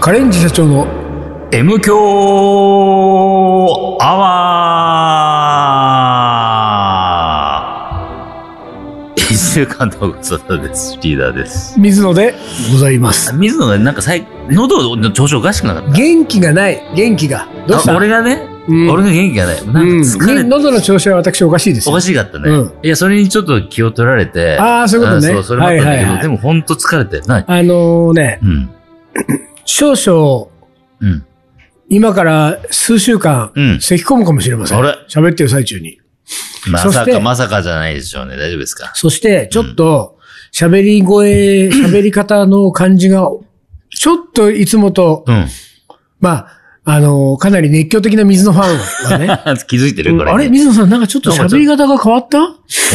カレンジ社長の M 強アワー一週間のご沙汰です。リーダーです。水野でございます。水野がなんか最、喉の調子おかしくなかっ元気がない、元気が。どうしたあ俺がね、うん俺が元気がない。なんか疲れうんて、喉の調子は私おかしいですおよ。かしかったね、うんいや、それにちょっと気を取られて。ああ、そういうことね。んそう、それもあったんだけど、はいはいではい、も本当疲れてない。あのね、うん。少々、うん。今から数週間、うん咳き込むかもしれません。あれ喋ってる最中に。まそさしか、てまさかじゃないでしょうね。大丈夫ですかそして、ちょっと、喋り 声、喋り方の感じが、ちょっといつもと、うん。 まあ、あの、かなり熱狂的な水のファン がね、気づいてるこれ、あれ水野さんなんかちょっと喋り方が変わった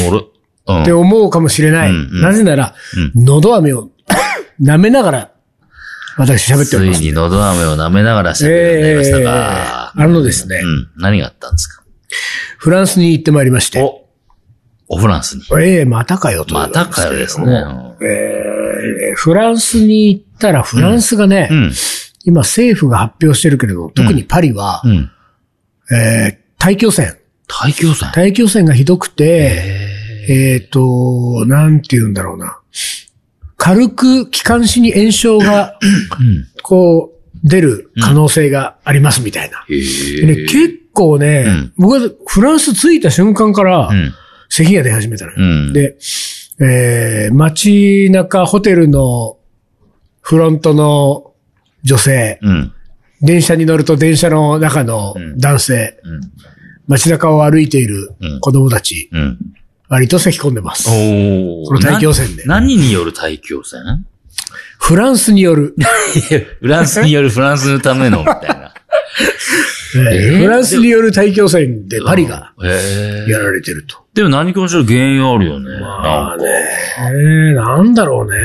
俺、うん。って思うかもしれない。うんうんなぜなら、う喉飴を 舐めながら、私喋っております。ついに喉飴を舐めながら喋るようになりましたか。えーあのですねうん。何があったんですかフランスに行ってまいりまして。お、おフランスに。ええまたかよというまたかよですね。うええフランスに行ったら、フランスがね、ん。今政府が発表してるけれど、特にパリは、うん。えー大気汚染。大気汚染。大気汚染がひどくて、えっ、と、なんて言うんだろうな。軽く気管支に炎症が、うん。こう、出る可能性がありますみたいな。へでねえ。結構ね、うん僕はフランス着いた瞬間からう、ん。咳が出始めたのうよ、ん。で、えー、街中、ホテルのフロントの女性、うん。電車に乗ると電車の中のん男性、うん。街中を歩いているうん子供たち、うん。割と咳込んでます。おーこの大気汚染でな何による大気汚染 フランスによる、いやフランスによるフランスのため の、みたいえな。ー えーフランスによる大気汚染でパリがうん。へえ。やられてると。でも何かしら原因あるよね。まなあんねか。、えーなんだろうね。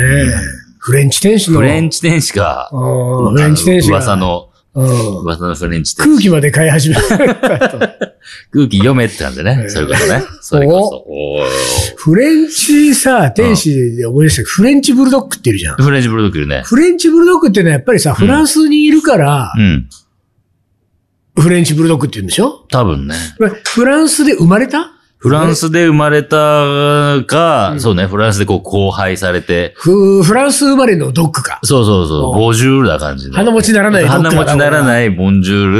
フレンチ天使の。フレンチ天使か。うんフレンチ天使が噂の、うん噂のフレンチ天空使。気まで買い始めた と。空気読めってなんでね。そういうこ とね。それこそ。おーフレンチさ、天使で思い出したけどフレンチブルドッグっているじゃん。フレンチブルドッグいるね。フレンチブルドッグってのはやっぱりさ、フランスにいるからう、ん。フレンチブルドッグって言うんでしょ多分ね。フランスで生まれたフランスで生まれたか、そうね、フランスでこう交配されて、フフランス生まれのドッグか。そうそうそう、ボジュールな感じの鼻持ちならないドッグ鼻持ちならい。ない、ボンジュー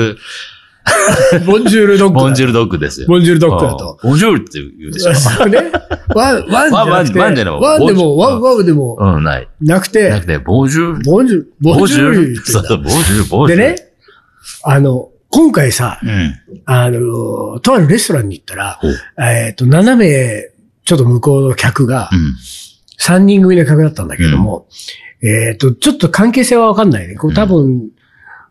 ル、ボンジュールドッグだ。ボンジュールドッグですよ。ボンジュールドッグだとうん。ボンジュールって言うでしょ。そう ね。ワン、ワンじゃなくて。ワンワンじゃないワンでも、ボンワン、ワンでも、うん、ない。なくなくて、て、ボジュール。ボンジュール、ボンジュール言ってそんうだそう、ボジュール、ボジでュール。ね、あの、今回さ、うん。あの、とあるレストランに行ったらほう、えっ、と、斜め、ちょっと向こうの客が、うん。 3人組の客だったんだけども、えっ、と、ちょっと関係性はわかんないね。こう多分、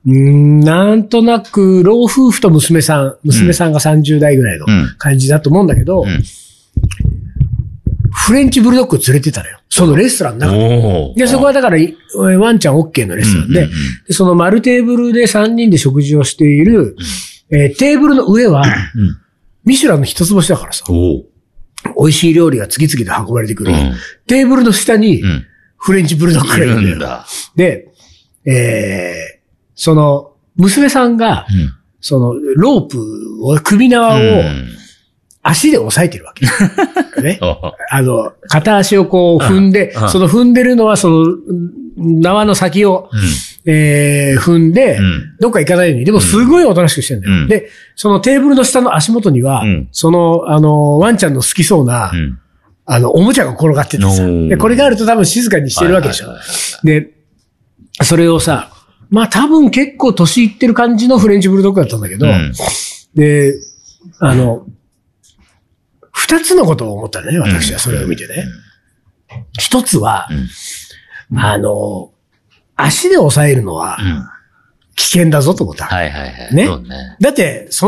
うーん、なんとなく、老夫婦と娘さん、娘さんが30代ぐらいのうん感じだと思うんだけど、うんフレンチブルドッグを連れてたのよ。そのレストランの中におーで、そこはだから、いワンちゃん OK のレストランで、うんうんうんでその丸テーブルで3人で食事をしている、えーテーブルの上は、うん。ミシュランの一つ星だからさ、おー美味しい料理が次々と運ばれてくる。うんテーブルの下に、うん。フレンチブルドッグがいいるるんだよんだ。で、えー、その、娘さんが、うん。その、ロープを、首縄を足で押さえてるわけ。 ね。を、あの、片足をこう踏んでうんう、んその踏んでるのは、その、縄の先を、えー、踏んでう、ん。どっか行かないように。でも、すごいおとなしくしてんだうよ。んで、そのテーブルの下の足元にはうん、その、あの、ワンちゃんの好きそうなう、ん。あの、おもちゃが転がっててさ。おーで、これがあると多分静かにしてるわけでしょはいはいはい。で、それをさ、まあ多分結構年いってる感じのフレンチブルドッグだったんだけど、うんで、あの、二つのことを思ったね、私はそれを見てね。一つは、あの、足で押さえるのはうん。危険だぞと思った。はいはいはい。ねそうね。だって、そ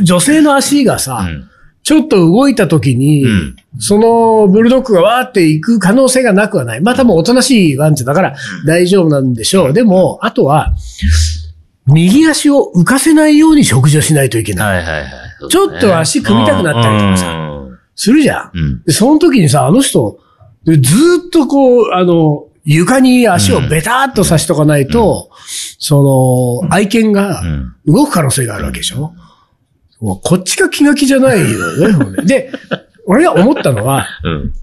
の女性の足がさ、うん。ちょっと動いた時に、うんそのブルドッグがわーって行く可能性がなくはない。まあ多分おとなしいワンちゃんだから大丈夫なんでしょう。でも、あとは、右足を浮かせないように食事をしないといけない。はいはいはい。ちょっと足組みたくなったりとかささ。するじゃん。うん。でその時にさ、あの人、ずーっとこう、あの、床に足をベターっとさしとかないと、その、愛犬がうん動く可能性があるわけでしょ、もうこっちが気が気じゃないよねもうね。で、俺が思ったのは、うん。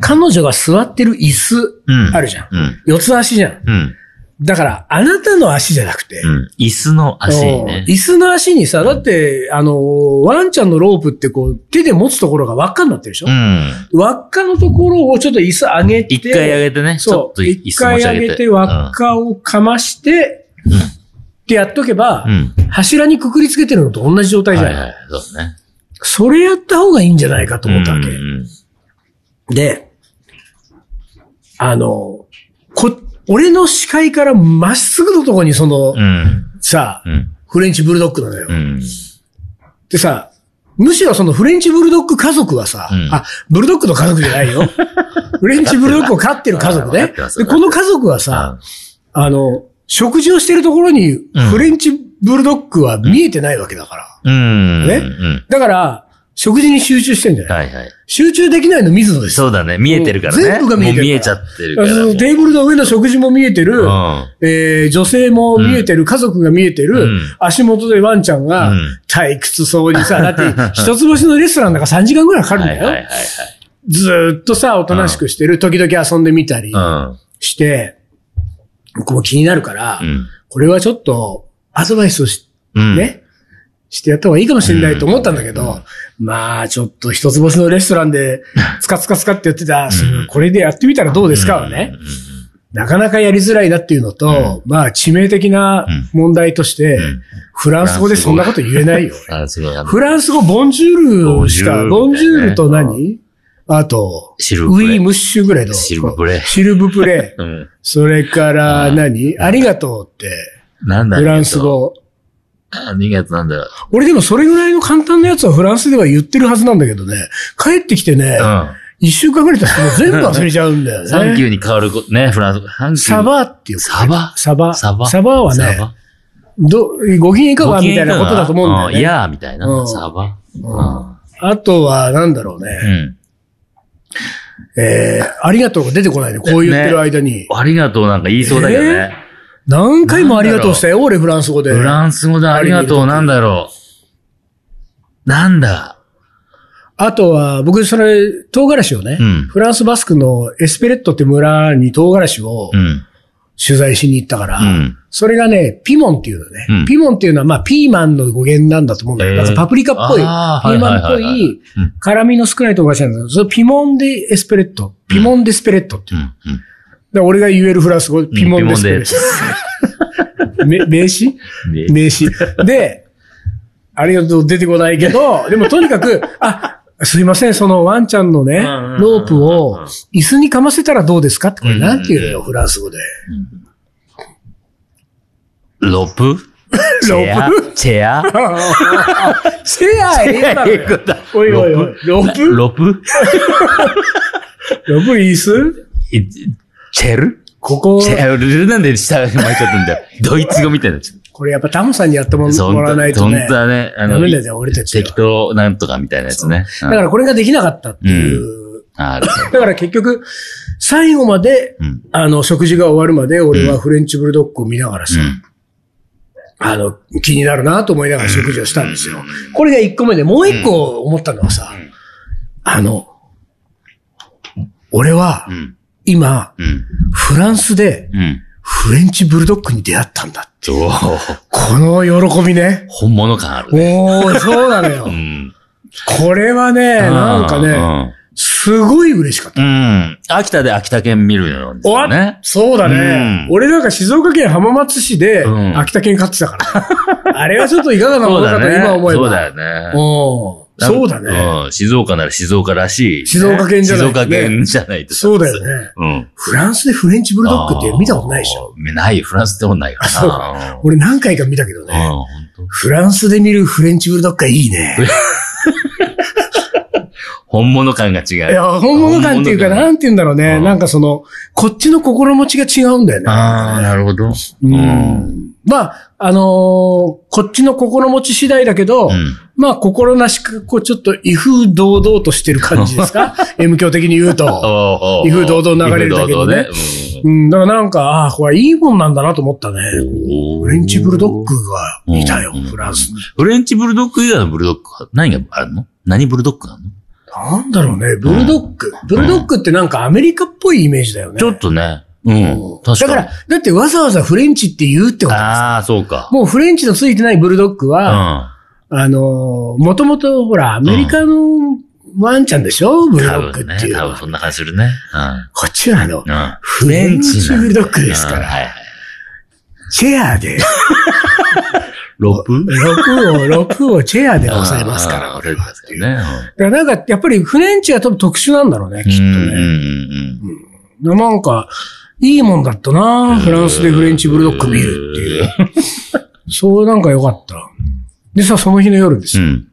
彼女が座ってる椅子うん。あるじゃん。うん。四つ足じゃん。うん。だから、あなたの足じゃなくて、うん。椅子の足ねうん。椅子の足にさ、だって、あの、ワンちゃんのロープってこう、手で持つところが輪っかになってるでしょ、うん。輪っかのところをちょっと椅子上げて、一回上げてね。ちょそっとう。椅一子持回ち上上げげて。て輪っかをかまして、うんってやっとけば、うん。柱にくくりつけてるのと同じ状態じゃはない、いはい。そうね。それやった方がいいんじゃないかと思ったわけ。うんうんで、あの、こ、俺の視界からまっすぐのところにその、うん。さあ、うん。フレンチブルドッグなのよ。うん。でさ、むしろそのフレンチブルドッグ家族はさ、うんあ、ブルドッグの家族じゃない よ。フレンチブルドッグを飼ってる家族わねかってます。で、この家族はさ、あの、食事をしてるところにんフレンチブルドッグは見えてないわけだから。うん。ねうん。だから、食事に集中してんじゃない、はいはい。集中できないの水野ですよ。そうだね。見えてるからね。全部が見えてるからもう見えちゃってるかあら。のテーブルの上の食事も見えてる、うん。えー女性も見えてる、家族が見えてる、うん足元でワンちゃんがうん退屈そうにさ、だって 一つ星のレストランなんか3時間ぐらいかかるんはだいよ。はいはいはい。ずーっとさ、おとなしくしてる、時々遊んでみたりうん。して、僕も気になるから、うんこれはちょっとアドバイスをし、うん。ね、してやった方がいいかもしれないと思ったんだけど、まあちょっと一つ星のレストラン で、つかつかつかってやってた、これでやってみたらどうですかはね、なかなかやりづらいなっていうのと、まあ致命的な問題として、んフランス語でそんなこと言えないよ。あ、すごい。フランス語、ボンジュールしか、ボボンンジジュューールルととね何あと、シルウブプレィームッシュぐらいの。シルブプレ。シルブプレうん。それから何、ありがとうって、なんだフランス。語。ありがとうなんだろう。俺でもそれぐらいの簡単なやつはフランスでは言ってるはずなんだけどね、帰ってきてね、う一、週間ぐらい経つともう全部忘れちゃうんだよん。 サンキね。ューに変わるこ、ね、フランス語。サンキュー。サバっていうかサバサバ。サバ。はサね、バどご機嫌いかがみたいなことだと思うんだよね。いやーみたいうんな。サバ。あとは、なんだろうね。うん。えー、ありがとうが出てこないね。こう言ってる間に。ありがとうなんか言いそうだけどね。何回もありがとうしたよ、俺、フランス語で。フラあンス語でありがとうなんだろう。なんだ。とは、僕、それ、唐辛子をね、うんフランスバスクのエスペレットって村に唐辛子をうん。取材しに行ったから、うん。それがね、ピモンっていうのね。うんピモンっていうのは、まあ、ピーマンの語源なんだと思うんだけど、えーなんかパプリカっぽい、ピーあーマンっぽはいはいはいはいいうん、辛味の少ない唐辛子なんだけど、それピモンでエスペレット、ピモンデスペレットっていう。うん。うんだから俺が言えるフランス語、ピモンデスペレピット。め名詞で名詞。で、ありがとう出てこないけ ど、でもとにかく、あ、すいません、そのワンちゃんのね、んうんうんうんロープを椅子にかませたらどうですかって、これうんうんなんて言うのよ、フランス語で。ロープロチ ェーアプチェアシェア英語 なのよおいおいおい。ロープロプロープ椅子いチェルここチ、ェルなんで下巻いちゃったんだよ。 ドイツ語みたいにな っちゃった。これやっぱタモさんにやってもそうもらわないとね本。当はね、あダメだよ俺たちは適当なんとかみたいなやつね。だからこれができなかったっていう。うんある。だから結局、最後までうん。あの、食事が終わるまで俺はフレンチブルドッグを見ながらさ、うんあの、気になるなと思いながら食事をしたんですよ。これが1個目で、もう1個思ったのはさ、あの、俺はうん。今、うん。フランスでうん。フレンチブルドッグに出会ったんだ。そう。この喜びね。本物感あるね。おー、そうなのうよ。ん。 これはね、なんかね、ね。すごい嬉しかった。うん。秋田で秋田県見るよ終わっ、ね。そうだね、うん俺なんか静岡県浜松市でうん秋田県勝ってたから。 あれはちょっといかがなものそうかだとね。今思えば。そうだよね。おーそうだね。うん。静岡なら静岡らしいね。静岡県じゃない静岡県じゃないと。そうだよね。うん。フランスでフレンチブルドッグって見たことないでしょ。ょ。ない、フランスでもないかそうな。俺何回か見たけどうん、ね。本当。フランスで見るフレンチブルドッグはいいね。本物感が違。いうや、本物感っていうか、本物感なんて言うんだろうね。うんなんかその、こっちの心持ちが違うんだよね。ああ、なるほど。うん。まあ、あのーこっちの心持ち次第だけど、うんまあ、心なしく、こう、ちょっと、威風堂々としてる感じです か ?M 教的に言うと。おーおーおー威風堂々流れるだけでね威風堂々ねうん、だからなんか、ああ、これいいもんなんだなと思ったね。うんフレンチブルドッグがいたようん、フランスに。フレンチブルドッグ以外のブルドッグは何があるの何ブルドッグなのなんだろうね、ブルドッグ。ブルドッグってなんかアメリカっぽいイメージだよね。ちょっとね。うん。確だかに。から、だってわざわざフレンチって言うってことです。ああ、そうか。もうフレンチのついてないブルドッグうは、ん。あのー、もともとほら、アメリカのワンちゃんでしょ、ブルド多ッ分グねってい、うの多は。分そんな感じするね。こっちはあのう、ん。うん。フレンチブルドッグですかうんはら、いはい。チェア で、ロップ6を、6をチェアで抑えますから、抑え俺はまっすてかいう。らね。だからなんか、やっぱりフレンチは多分特殊なんだろうね、きうっとん。うんね。うんうん。なんか、いいもんだったなフランスでフレンチブルドッグ見るっていう。う。そうなんか良かった。でさ、その日の夜ですうよ。ん。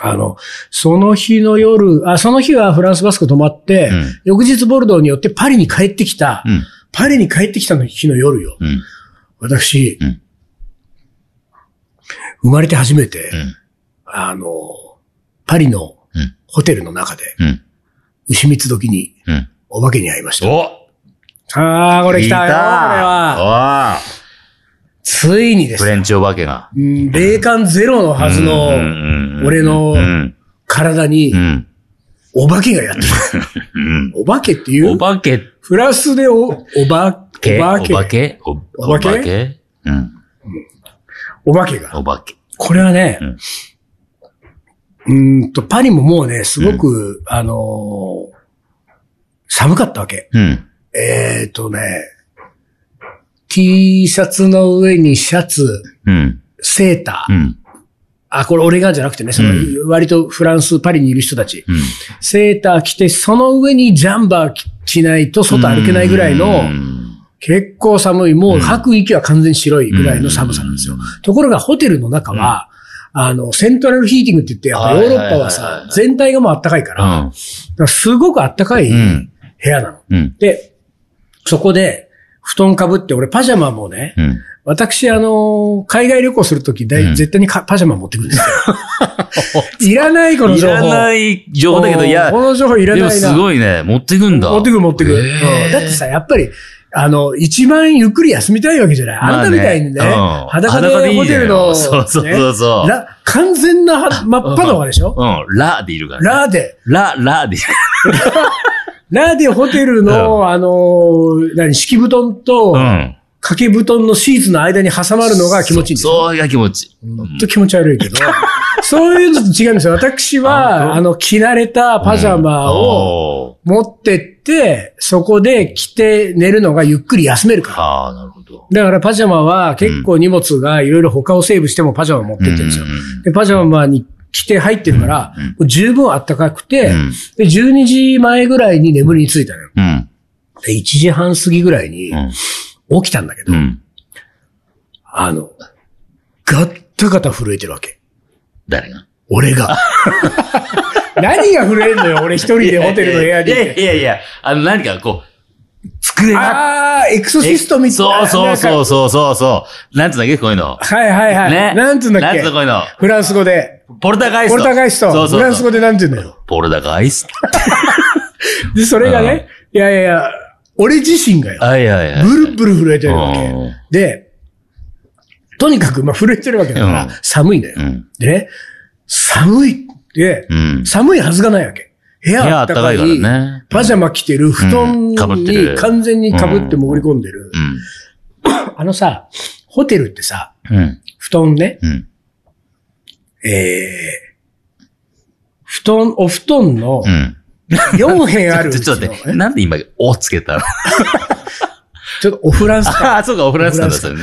あの、その日の夜、あ、その日はフランスバスク泊まって、うん翌日ボルドーによってパリに帰ってきた、うん。パリに帰ってきたの日の夜よ。うん。私、うん生まれて初めて、うん。あの、パリのうんホテルの中で、うん。牛蜜時にうん。お化けに会いました。おああ、これ来たよ、これは。は。ついにでフすレンチお化けが。うん霊感ゼロのはずのうんうんうん俺のうん。体にうん。お化けがやってくうんる。お化けっていおう化けフランスでお、おば、けお化お化け。けおお化けお化けうん。お化けが。お化け。これはねうん、うーんと、パリももうね、すごく、あのー寒かったわけ。うん。えっ、ー、とね、T シャツの上にシャツ、うん。セータうー。ん。あ、これ俺がじゃなくてね、そのう、割とフランス、パリにいる人たち。うん。セーター着て、その上にジャンバー着ないと外歩けないぐらいのう、ん結構寒い、もう吐く息は完全に白いぐらいの寒さなんですようん。ところがホテルの中は、あの、セントラルヒーティングって言って、やっぱヨーロッパははいはいはいさは、い全体がもう暖かいから、だからすごく暖かい部ん。屋なの。うん。で、そこで、布団かぶって、俺パジャマもね、うん。私、あの、海外旅行するとき、だいうん絶対にかパジャマ持ってくるんですよ。 いらない、このい情報。らない情報だけど、いや、この情報いらないでな。もすごいね、持ってくんだ。持ってくる持ってくる、へーうんだってさ、やっぱり、あの、一番ゆっくり休みたいわけじゃない。あまなあたねみたいにね、うん裸でいいホのよテルの、ね、そうそうそうそう。ら完全なは真っ裸でしょうん、ラでいるからね。ラーで、ラ、ラでいる。ラーでホテルの、あのー、何、敷布団と、うん。掛け布団のシーツの間に挟まるのが気持ちいいんですよ。そうが気持ちいい。ほんと気持ち悪いけど。そういうのと違うんですよ。私あ本は、当あの、着慣れたパジャマをを。持ってって、そこで着て寝るのがゆっくり休めるから。ああ、なるほど。だからパジャマは結構荷物がいろいろ他をセーブしてもパジャマ持ってってるんですよ。うんうんで、パジャマに着て入ってるから、うんうんもう十分暖かくて、うんで、12時前ぐらいに眠りについたのよ。うん。で、1時半過ぎぐらいにうん。起きたんだけど、うん。あの、ガッタガタ震えてるわけ。誰が俺が。 何が震えんのよ、俺一人でホテルの部屋いやいに。やいやいや、あの、何かこう、机が。あー、エクソシストみたいそな。うそうなんそかうそうそうそう。なんつうんだっけこういうの。はいはいはい。ね。なんつうんだっなんけつうのこういうの。フランス語で。ポルターガイスポルト。ターガイスト。そうそうそうフランス語でなんて言うんだよ。ポルターガイスト。で、それがね、いやいやいや、俺自身がよ、はいはいはい。ブルブル震えてるわうんけ。で、とにかく、まあ、震えてるわけだから、うん寒いのよ、うん。でね、寒いって、うん。寒いはずがないわけ。部部屋あ屋った暖かかいいからね。パジャマ着てる、布団うん被ってにる完全に被って潜り込んでる。あのさ、ホテルってさ、うん。うん。布団ね、うん。えー布団、お布団のうん。 4辺あるうち ちのょっと待って、なんで今、おつけたのちょっとおフランスああ、そうか、おフランスなんだ、それね。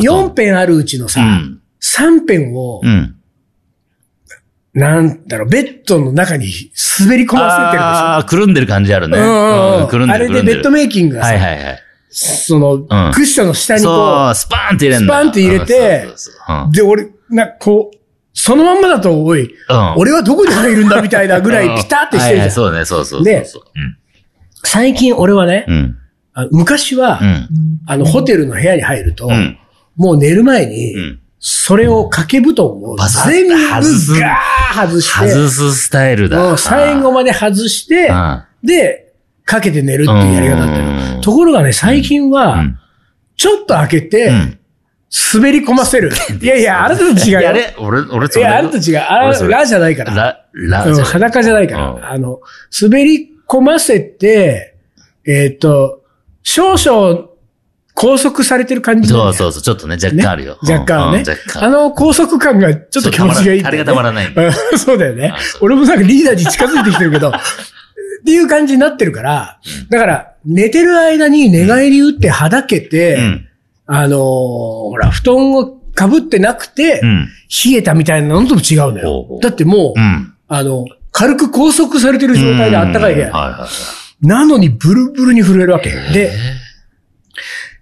4辺あるうちのさ、うん。 3辺を、うん。なんだろう、ベッドの中に滑り込まああ、くるんでる感じあるせてね。るでしょ。うんくるんあでる。れくでるんベでッるドメイキングがさ、はいはいはい。その、んクッションの下にこそう、スパーンって入れんだスパーンって入れてうんそうそうそうう、で、俺、な、こう、そのまんまだと、おい、うん。俺はどこに入るんだみたいな ぐらういんピタってしてるじゃん。はいはいそうね、そうそうそう。でそう最近俺はね、うん。あ昔は、うん。あの、ホテルの部屋に入ると、うん。もう寝る前に、うん。それを掛け布団をバサッ全部ガ外すー外して、外すスタイルだ。もう最後まで外して、あで、かけて寝るっていうやり方だったうんよ。ところがね、最近あうは、ん。ちょっと開けて、うん。滑り込ませる。いやいや、あれと違うよ。いや、れ俺、俺、いや、あれと違う。あ俺れ、それラじゃないから。ラ、ラうんじゃん、裸じゃないかうんら。あの、滑り込ませて、えっと、少々拘束されてる感じになるそじゃん。うそうそう、ちょっとね、若干あるよ。若干はうねん若。あ干。の拘束感がちょっと気持ちがいいんそうたまらんだあよね。れがたまらない。うん そうだよねあそ。俺もなんかリーダーに近づいてきてるけ ど、っていう感じになってるから、だから、寝てる間に寝返り打ってはだけて、うん。あのーほら、布団を被ってなくて、うん。冷えたみたいなのとも違うのほうほよう。だってもう、うん。あの、軽く拘束されてる状態であったかい部うんはい屋。はいはい。なのにブルブルに震えるわけ。で、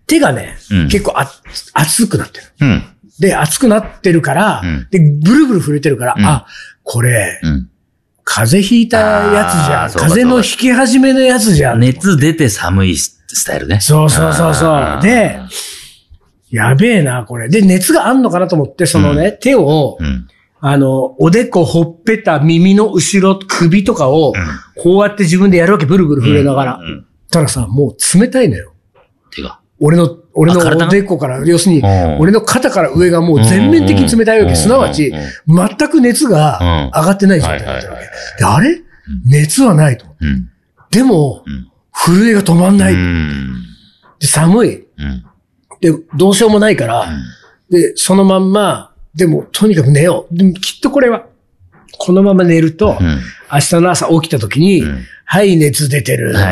手がね、うん結構あ熱くなってる。うん。で、熱くなってるから、うんで、ブルブル震えてるから、うんあ、これ、うん。風邪ひいたやつじゃあーん。そうだ風邪の引き始めのやつじゃん。熱出て寒いスタイルね。そうそうそうそう。で、やべえな、これ。で、熱があんのかなと思って、そのね、手を、うん。あの、おでこ、ほっぺた、耳の後ろ、首とかを、こうやって自分でやるわけ、ブルブル震えながら。うんうんたださ、もう冷たいのよ。手が。俺の、俺あ体のがおでこから、要するにうん、俺の肩から上がもう全面的に冷たいわうんけ。すなわちうん、全く熱がう上んがってない状態だったわはいはいけ。であれ熱はないと。うん。でもうん、震えが止まんない。うん。で寒い。うん。で、どうしようもないから、で、そのまんま、でも、とにかく寝よう。でもきっとこれは、このまま寝ると、うん明日の朝起きた時に、うんはい、熱出てる。はい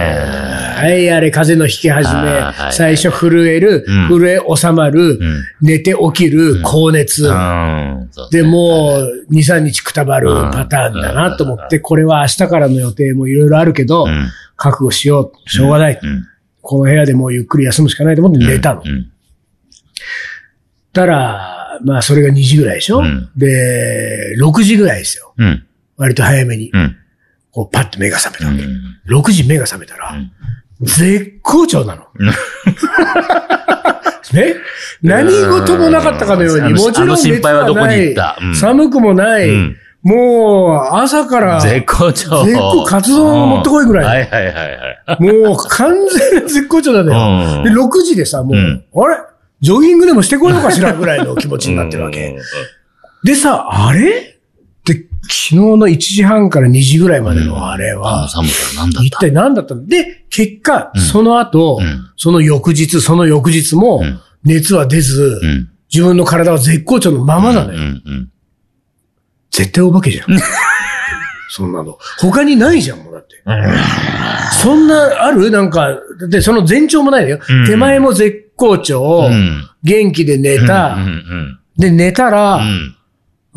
はい、あれ、風邪の引き始め、あーはい最初震える、うん震え収まる、うん寝て起きる、高熱。うん。そうで、ねもう、2、3日くたばるうんパターンだなと思って、これは明日からの予定もいろいろあるけど、うん覚悟しよう。しょうがない。うん。この部屋でもうゆっくり休むしかないと思って寝たの。うん。たら、まあ、それが2時ぐらいでしょ、うんで、6時ぐらいですよ。うん。割と早めに、うん。こう、パッと目が覚めたうわんけ。6時目が覚めたら、うん絶好調なの。うんね何事もなかったかのようあに、のもちろんあの熱心配ははどこなに行っいたうん、寒くもない、うんもう朝から、絶好調。絶好カツ丼を持ってこいぐらいうんはいはいはいはい。もう完全に絶好調なのうよ。んで、6時でさ、もう、うんあれジョギングでもしてこようかしらぐらいの気持ちになってるわけ。でさ、あれって、昨日の1時半から2時ぐらいまでのあれあのは、寒さなんだっ一た体何だったので、結果、うんその後、うんその翌日、その翌日もうん、熱は出ず、うん。自分の体は絶好調のままなのよ。うんうん絶対お化け じゃん。そんなの。他にないじゃん、もうだって。そんな、あるなんか、で、その前兆もないのよ。うん手前も絶好調、うん。元気で寝た、うんうんで、寝たら、うん。うん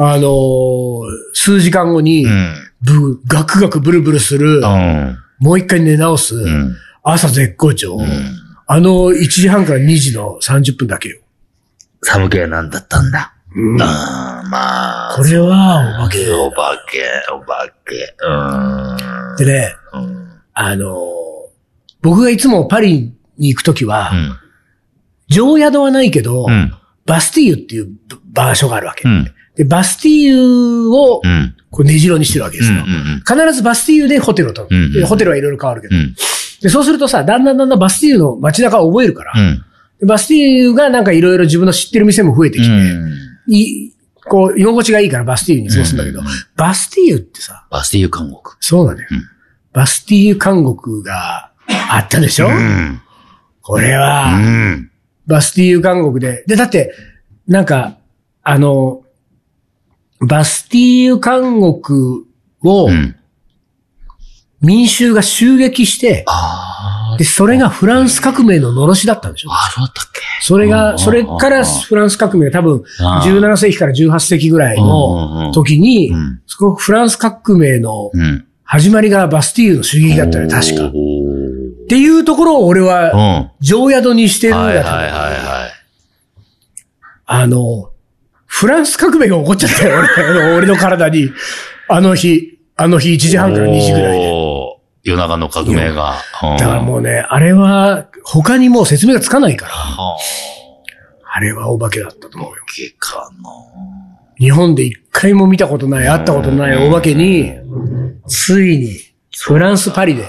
あのー数時間後に、うんブーガクガクブルブルする、うん。もう一回寝直す、うん。朝絶好調、あの1時半から2時の30分だけよ。寒気は何だったんだ。うんあーまあ。これはお化けお化け、お化け。うーん。でね、うん。あのー僕がいつもパリに行くときは、うん常宿はないけど、うん。バスティーユっていう場所があるわけ。うん。で、バスティーユをうん。こう根城にしてるわけですよ。うん。必ずバスティーユでホテルを取うんうんる。でホテルはいろいろ変わるけどう。ん。で、そうするとさ、だんだんだんだんバスティーユの街中を覚えるからう、ん。でバスティーユがなんかいろいろ自分の知ってる店も増えてきて、うん。いいこう、居心地がいいからバスティーユに過ごすんだけど、うんバスティーユってさ、バスティーユ監獄。そうなのよ。うんバスティーユ監獄があったでしょ、うん。これうは、ん。バスティーユ監獄で。で、だって、なんか、あの、バスティーユ監獄をうん。民衆が襲撃して、あーで、それがフランス革命の罵しだったんでしょあ、そうだったっけそれうが、んそれからフランス革命が多分あー17世紀から18世紀ぐらいの時にうん、すごくフランス革命のうん。始まりがバスティーユの襲撃だったよね、確か。っおていうところを俺は、ーうん。常宿にしてるんはいはいだはいと。はい。あの、フランス革命が起こっちゃったよ、俺あの俺の体に。あの日、あの日1時半から2時ぐらいで。おー夜中の革命が。だからもうね、あれは他にもう説明がつかないから。はあれはお化けだったと思うよ。けかな日本で一回も見たことない、会ったことないお化けに、ついに、フランス・パリで。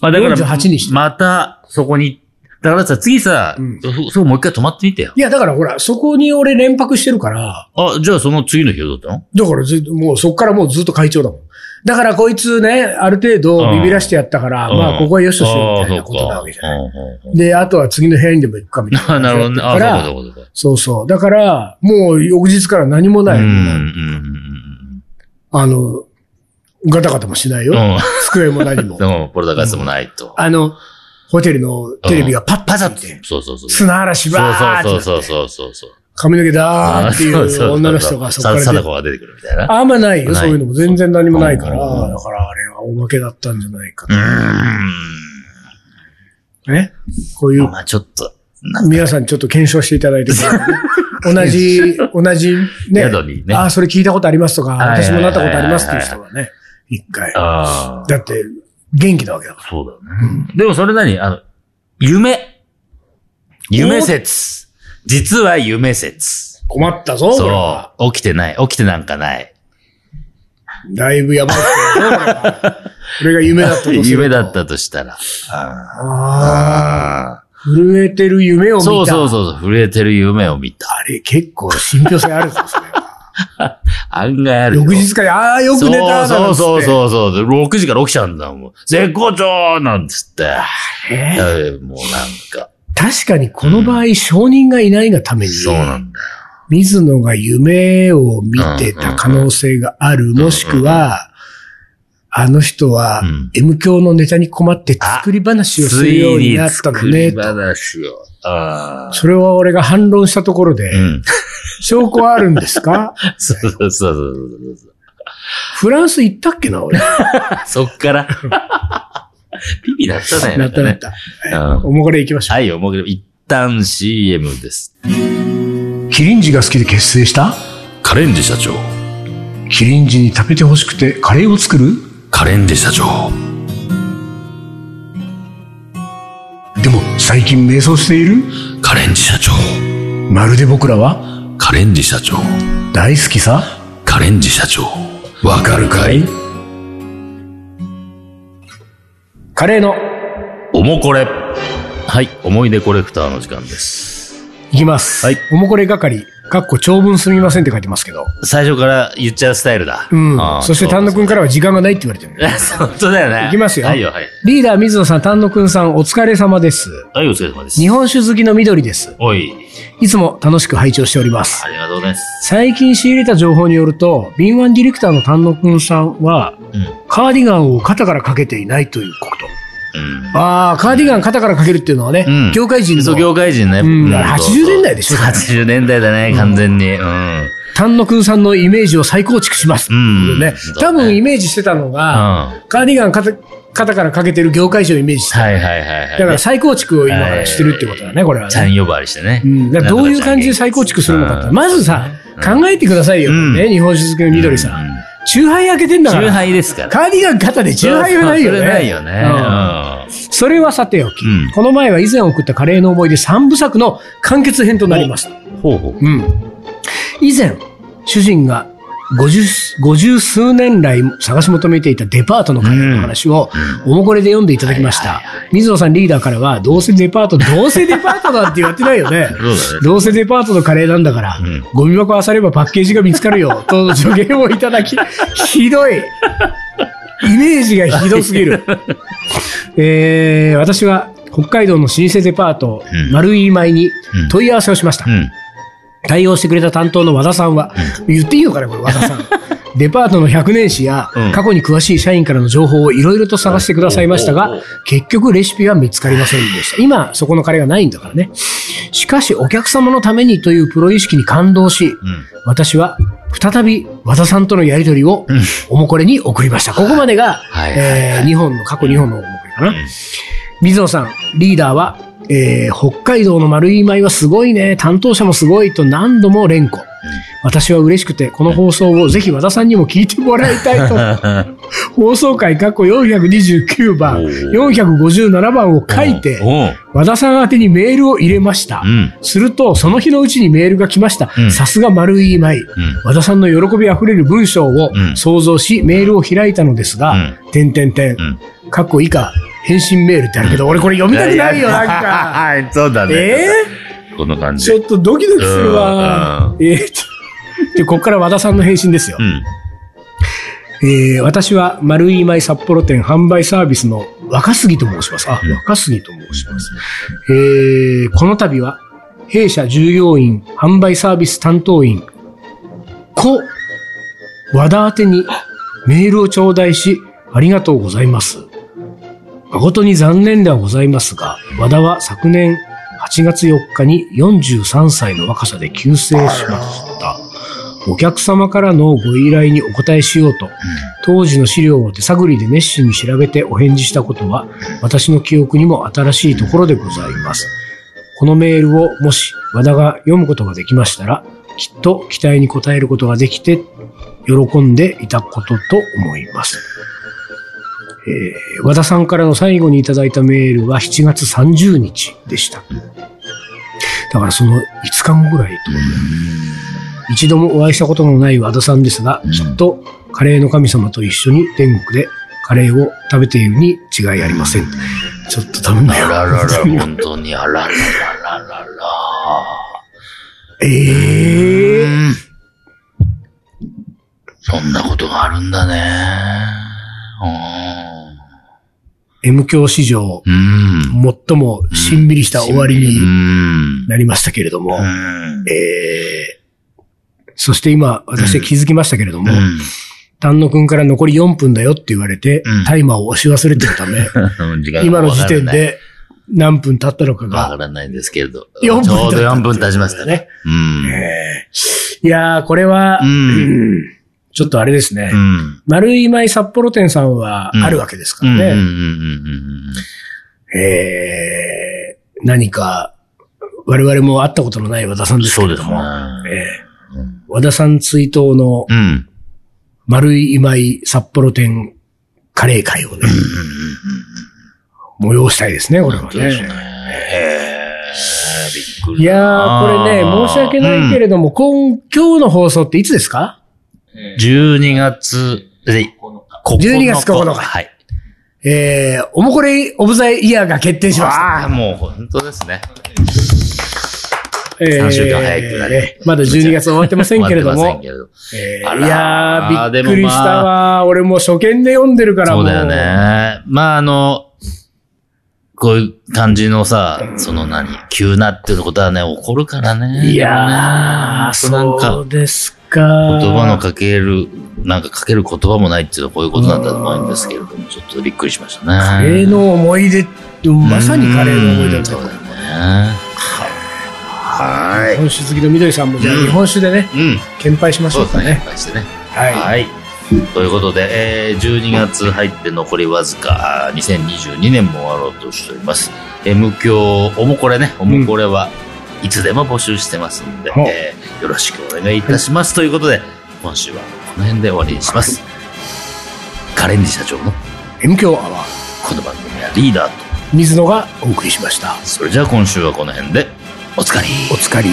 まあだから、 48にしてまた、そこに、だからさ、次さ、うんそそう、もう一回泊まってみてよ。いや、だからほら、そこに俺連泊してるから、あ、じゃあその次の日はどうだったのだからずっと、もうそっからもうずっと会長だもん。だからこいつね、ある程度ビビらしてやったから、うんまあここはよしとしようみたいあなーことなわけじゃない。そうかで、あとは次の部屋にでも行くかみたいうんな。うんなるほどね。だか あ、そうら、かそうかそうか。そうそう。だから、もう翌日から何もない。うん、うん、あの、ガタガタもしないうん。よ。うん。机も何も で。も、ポルタガスもないと。あの、ホテルのテレビがパッパザって、そうそうそう。砂嵐わーってなそっうてそうそうそうそう。髪の毛だあーっていう女の人がそこから出貞て子が出てくるみたいな。あんまないよ、ないそういうのも。全然何もないから。うんだからあれはおまけだったんじゃないかうな。ね。こういーん。う、まあちょっと、 皆さんちょっと検証していただい てくださいね同じ、同じね。宿にねああ、それ聞いたことありますとか、はいはいはい私もなったことありますっていう人はね、一回。ああ。だって、元気なわけだから。そうだよね。でもそれ何あの、夢。夢説。実は夢説。困ったぞ、これはそう。起きてない。起きてなんかない。だいぶやばかった よ、これはこれが夢だったとすると夢だっ。たとしたら。ああ、あ震えてる夢をあ。見た。そうそうそうそう。震えてる夢を見た。あれ結構信憑性あるぞ、 それは。案外あるよ。翌日から、ああー、よく寝たなんつって。そうそうそうそうそう。6時から起きちゃうんだもん。絶好調なんつって。えーえーもうなんか。確かにこの場合、証人がいないがために、そうなんだよ。水野が夢を見てた可能性がある、もしくは、あの人はうん M 教のネタに困って作り話をするようになったの作ねり。話を。ああ。それは俺が反論したところうで、ん。証拠はあるんです かそうそうそうそうそう。フランス行ったっけな、俺。そっから。ピピだったね。なったなっね。た。うんおもこれ行きましょう。はいよ、もう一旦 CM です。キリンジが好きで結成したカレンジ社長。キリンジに食べて欲しくてカレーを作るカレンジ社長。でも最近迷走しているカレンジ社長。まるで僕らはカレンジ社長。大好きさカレンジ社長。わかるかいカレーのおもこれ。はい、思い出コレクターの時間です。いきます。はいおもこれ係、かっこ長文すみませんって書いてますけど。最初から言っちゃうスタイルだ。うん。そして丹野くんかからは時間がないって言われてる。ら。そう本当だよね。いきますよはいよ、はい。リーダー水野さん、丹野くんさん、お疲れ様です。はい、お疲れ様です。日本酒好きの緑です。おい、いつも楽しく拝聴しております。ありがとうございます。最近仕入れた情報によると、敏腕ディレクターの丹野くんさんは、うん。カーディガンを肩からかけていないということ。ああ、カーディガン肩からかけるっていうのはね、うん業界人うん。そう、の業界人ね。うんうん80年代でしょ80年代だね、完全に。うん。丹野くんさんのイメージを再構築します。うんねそう、だね多分イメージしてたのうん。が、はカーディガン肩肩からかけてる業界人をイメージしいて、はいはいはだい。から再構築を今からしてるってことだね、これはちゃんね。呼ばわりしてね。うん、だからどういう感じで再構築するのかって、まずさ、考えてくださいよ、うんね、日本酒好きの緑さん。チューハイ開けてんだか中ら。杯ですから。カーディガン肩でチューハイはないよね。それないよね。うんそれはさておき、うんこの前は以前送ったカレーの思い出3部作の完結編となります。うん。ほうほう。うん。以前、主人が50、50数年来探し求めていたデパートのカレーの話を、おもこれで読んでいただきました。水野さんリーダーからは、どうせデパート、どうせデパートだって言われてないよね。 そうだね。どうせデパートのカレーなんだから、うんゴミ箱あさればパッケージが見つかるよ、と助言をいた だき、ひどい。イメージがひどすぎ る。えー私は北海道の老舗デパート、うん丸い舞に問い合わせをしました。うん。対応してくれた担当の和田さんは、言っていいのかな、これ、和田さん。 デパートの100年史やうん過去に詳しい社員からの情報をいろいろと探してくださいましたおうおうがおう、結局レシピは見つかりませんでした。今、そこのカレーがないんだからね。しかし、お客様のためにというプロ意識に感動し、うん。私は再び和田さんとのやりとりをうんおもこれに送りました。ここまでが、はいえー日本の、過去日本のおもこれかな。ん水野さん、リーダーは、えー北海道の丸い舞はすごいね、担当者もすごいと何度も連呼。私は嬉しくて、この放送をぜひ和田さんにも聞いてもらいたいと、 放送回括弧429番、おー457番を書いて、おう和田さん宛てにメールを入れました。うんすると、その日のうちにメールが来ましたう。んさすが丸い舞、和田さんの喜びあふれる文章をうん想像し、メールを開いたのですが、点点点う、ん。括弧以下、返信メールってあるけど、俺これ読みたくないよ、なん か。はい、 そうだね。えこの感ー、じ。ちょっとドキドキするわ。えー、ちょで、ここから和田さんの返信ですよう。ん。えー私は丸い舞札幌店販売サービスの若杉と申します。あ、うん若杉と申します。えーこの度は、弊社従業員販売サービス担当員、子、和田宛てにメールを頂戴し、ありがとうございます。誠に残念ではございますが、和田は昨年8月4日に43歳の若さで急逝しました。お客様からのご依頼にお答えしようと、当時の資料を手探りで熱心に調べてお返事したことは、私の記憶にも新しいところでございます。このメールをもし和田が読むことができましたら、きっと期待に応えることができて、喜んでいたことと思います。えー和田さんからの最後にいただいたメールは7月30日でした。だからその5日後ぐらいと一度もお会いしたことのない和田さんですが、うんきっとカレーの神様と一緒に天国でカレーを食べているに違いありません。ちょっとダメあだよ。ららら、本当に、あらららららら。ええうんそんなことがあるんだね。 M 教史上、うん。うん。最もしんみりした終わりうにん。なりましたけれども、うんええそして今、私は気づきましたけれども、丹野くんから残り4分だよって言われてうん、タイマーを押し忘れてるため、うん。時間が今のわ時から点ない。で何分経ったのかわがからないですけれど。ち4分ょう経ったど4分経ちましたね。ね。うん。ええいやー、これは、う。うんんちょっとあれですね。うん。丸い舞札幌店さんはうんあるわけですかうん。うん。うんらうね。ん。えー何か、我々も会ったことのない和田さんうん。ですけそうれですどねも。。えー和田さん追悼のうん。うん。丸い舞札幌店カレー会をね、催したいですね、これはそうですねね。。えーびっくいりだやー、なこれね、申し訳ないけれども、今今日の放送っていつですか12月、で、9 12月9日はい。えー、おもこれオブザイヤーが決定しました。ああ、もう本当ですね。えー三週間早くなりねまだ12月終わってませんけれど待ってもませんけ。れどえあーらーいやー、びっくりしたわでも、俺もう初見で読んでるからそもうだよ。ね。まあ、あの、こういう感じのさ、その何、急なっていうことはね、起こるからね。いやー、なんかそうですか。言葉のかける、なんかかける言葉もないっていうのはこういうことなんだと思うんですけれども、ちょっとびっくりしましたね。カレーの思い出、まさにカレーの思い出だうんったそようだよね。日は本酒好きの緑さんも、じゃあうん日本酒でね、い。うん。献杯しましそょううですかね。ね。返してね。ははい。ということで、えー12月入って残りわずか、あー2022年も終わろうとしております。えー無教、おもこれね、おもこれはいつでも募集してますんで、はいえーよろしくお願いいたします。ということで、今週はこの辺で終わりにします。カレンジ社長のい。M 強アワー、この番組はリーダーと、水野がお送りしました。それじゃあ今週はこの辺で、おつかり。お疲れ。